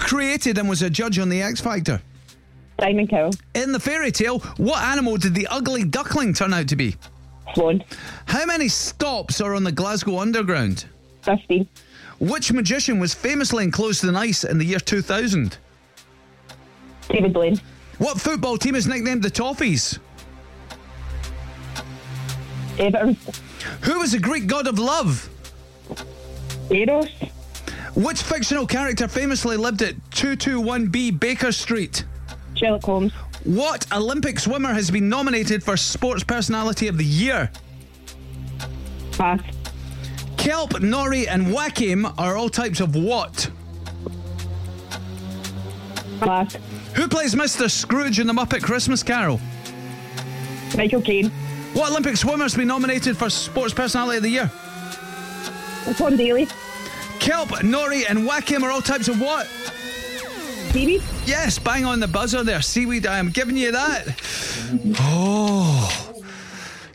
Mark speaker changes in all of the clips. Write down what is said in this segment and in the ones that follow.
Speaker 1: created and was a judge on The X Factor?
Speaker 2: Simon Cowell,
Speaker 1: In the fairy tale, what animal did the ugly duckling turn out to be?
Speaker 2: Sloan,
Speaker 1: How many stops are on the Glasgow Underground?
Speaker 2: 15,
Speaker 1: Which magician was famously enclosed in ice in the year 2000?
Speaker 2: David Blaine,
Speaker 1: What football team is nicknamed the Toffees?
Speaker 2: Everton,
Speaker 1: Who is the Greek god of love?
Speaker 2: Eros,
Speaker 1: Which fictional character famously lived at 221B Baker Street?
Speaker 2: Sherlock Holmes,
Speaker 1: What Olympic swimmer has been nominated for Sports Personality of the Year?
Speaker 2: Pass,
Speaker 1: Kelp, Nori, and Wakim are all types of what?
Speaker 2: Pass,
Speaker 1: Who plays Mr. Scrooge in the Muppet Christmas Carol?
Speaker 2: Michael Caine,
Speaker 1: What Olympic swimmer has been nominated for Sports Personality of the Year?
Speaker 2: Tom Daly,
Speaker 1: Kelp, Nori, and Wakim are all types of what?
Speaker 2: Seaweed,
Speaker 1: Yes, bang on the buzzer there, seaweed. I am giving you that. Oh,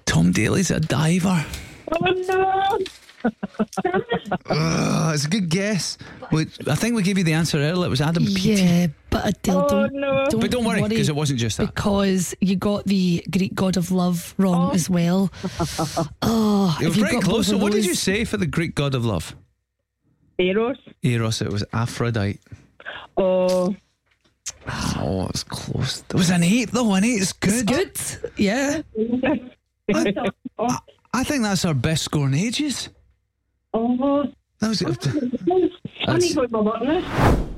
Speaker 1: Tom Daly's a diver.
Speaker 2: Oh no!
Speaker 1: Ugh, Uh, it's a good guess. We, I think we gave you the answer earlier. It was Adam Peaty.
Speaker 3: Yeah, but Adele,
Speaker 2: Oh,
Speaker 3: don't,
Speaker 2: no.
Speaker 3: don't
Speaker 1: But don't worry, because it wasn't just that.
Speaker 3: Because you got the Greek god of love wrong as well. Oh,
Speaker 1: You were
Speaker 3: if you
Speaker 1: very
Speaker 3: got
Speaker 1: close.
Speaker 3: both
Speaker 1: So,
Speaker 3: of
Speaker 1: what did
Speaker 3: those-
Speaker 1: you say for the Greek god of love?
Speaker 2: Eros,
Speaker 1: Eros, it was Aphrodite.
Speaker 2: oh,
Speaker 1: Oh, it was close. There was an eight, though. An eight is good.
Speaker 3: It's good. Yeah.
Speaker 2: oh,
Speaker 1: I think that's our best score in ages.
Speaker 2: oh.
Speaker 1: That was.
Speaker 2: I need to go to my work now.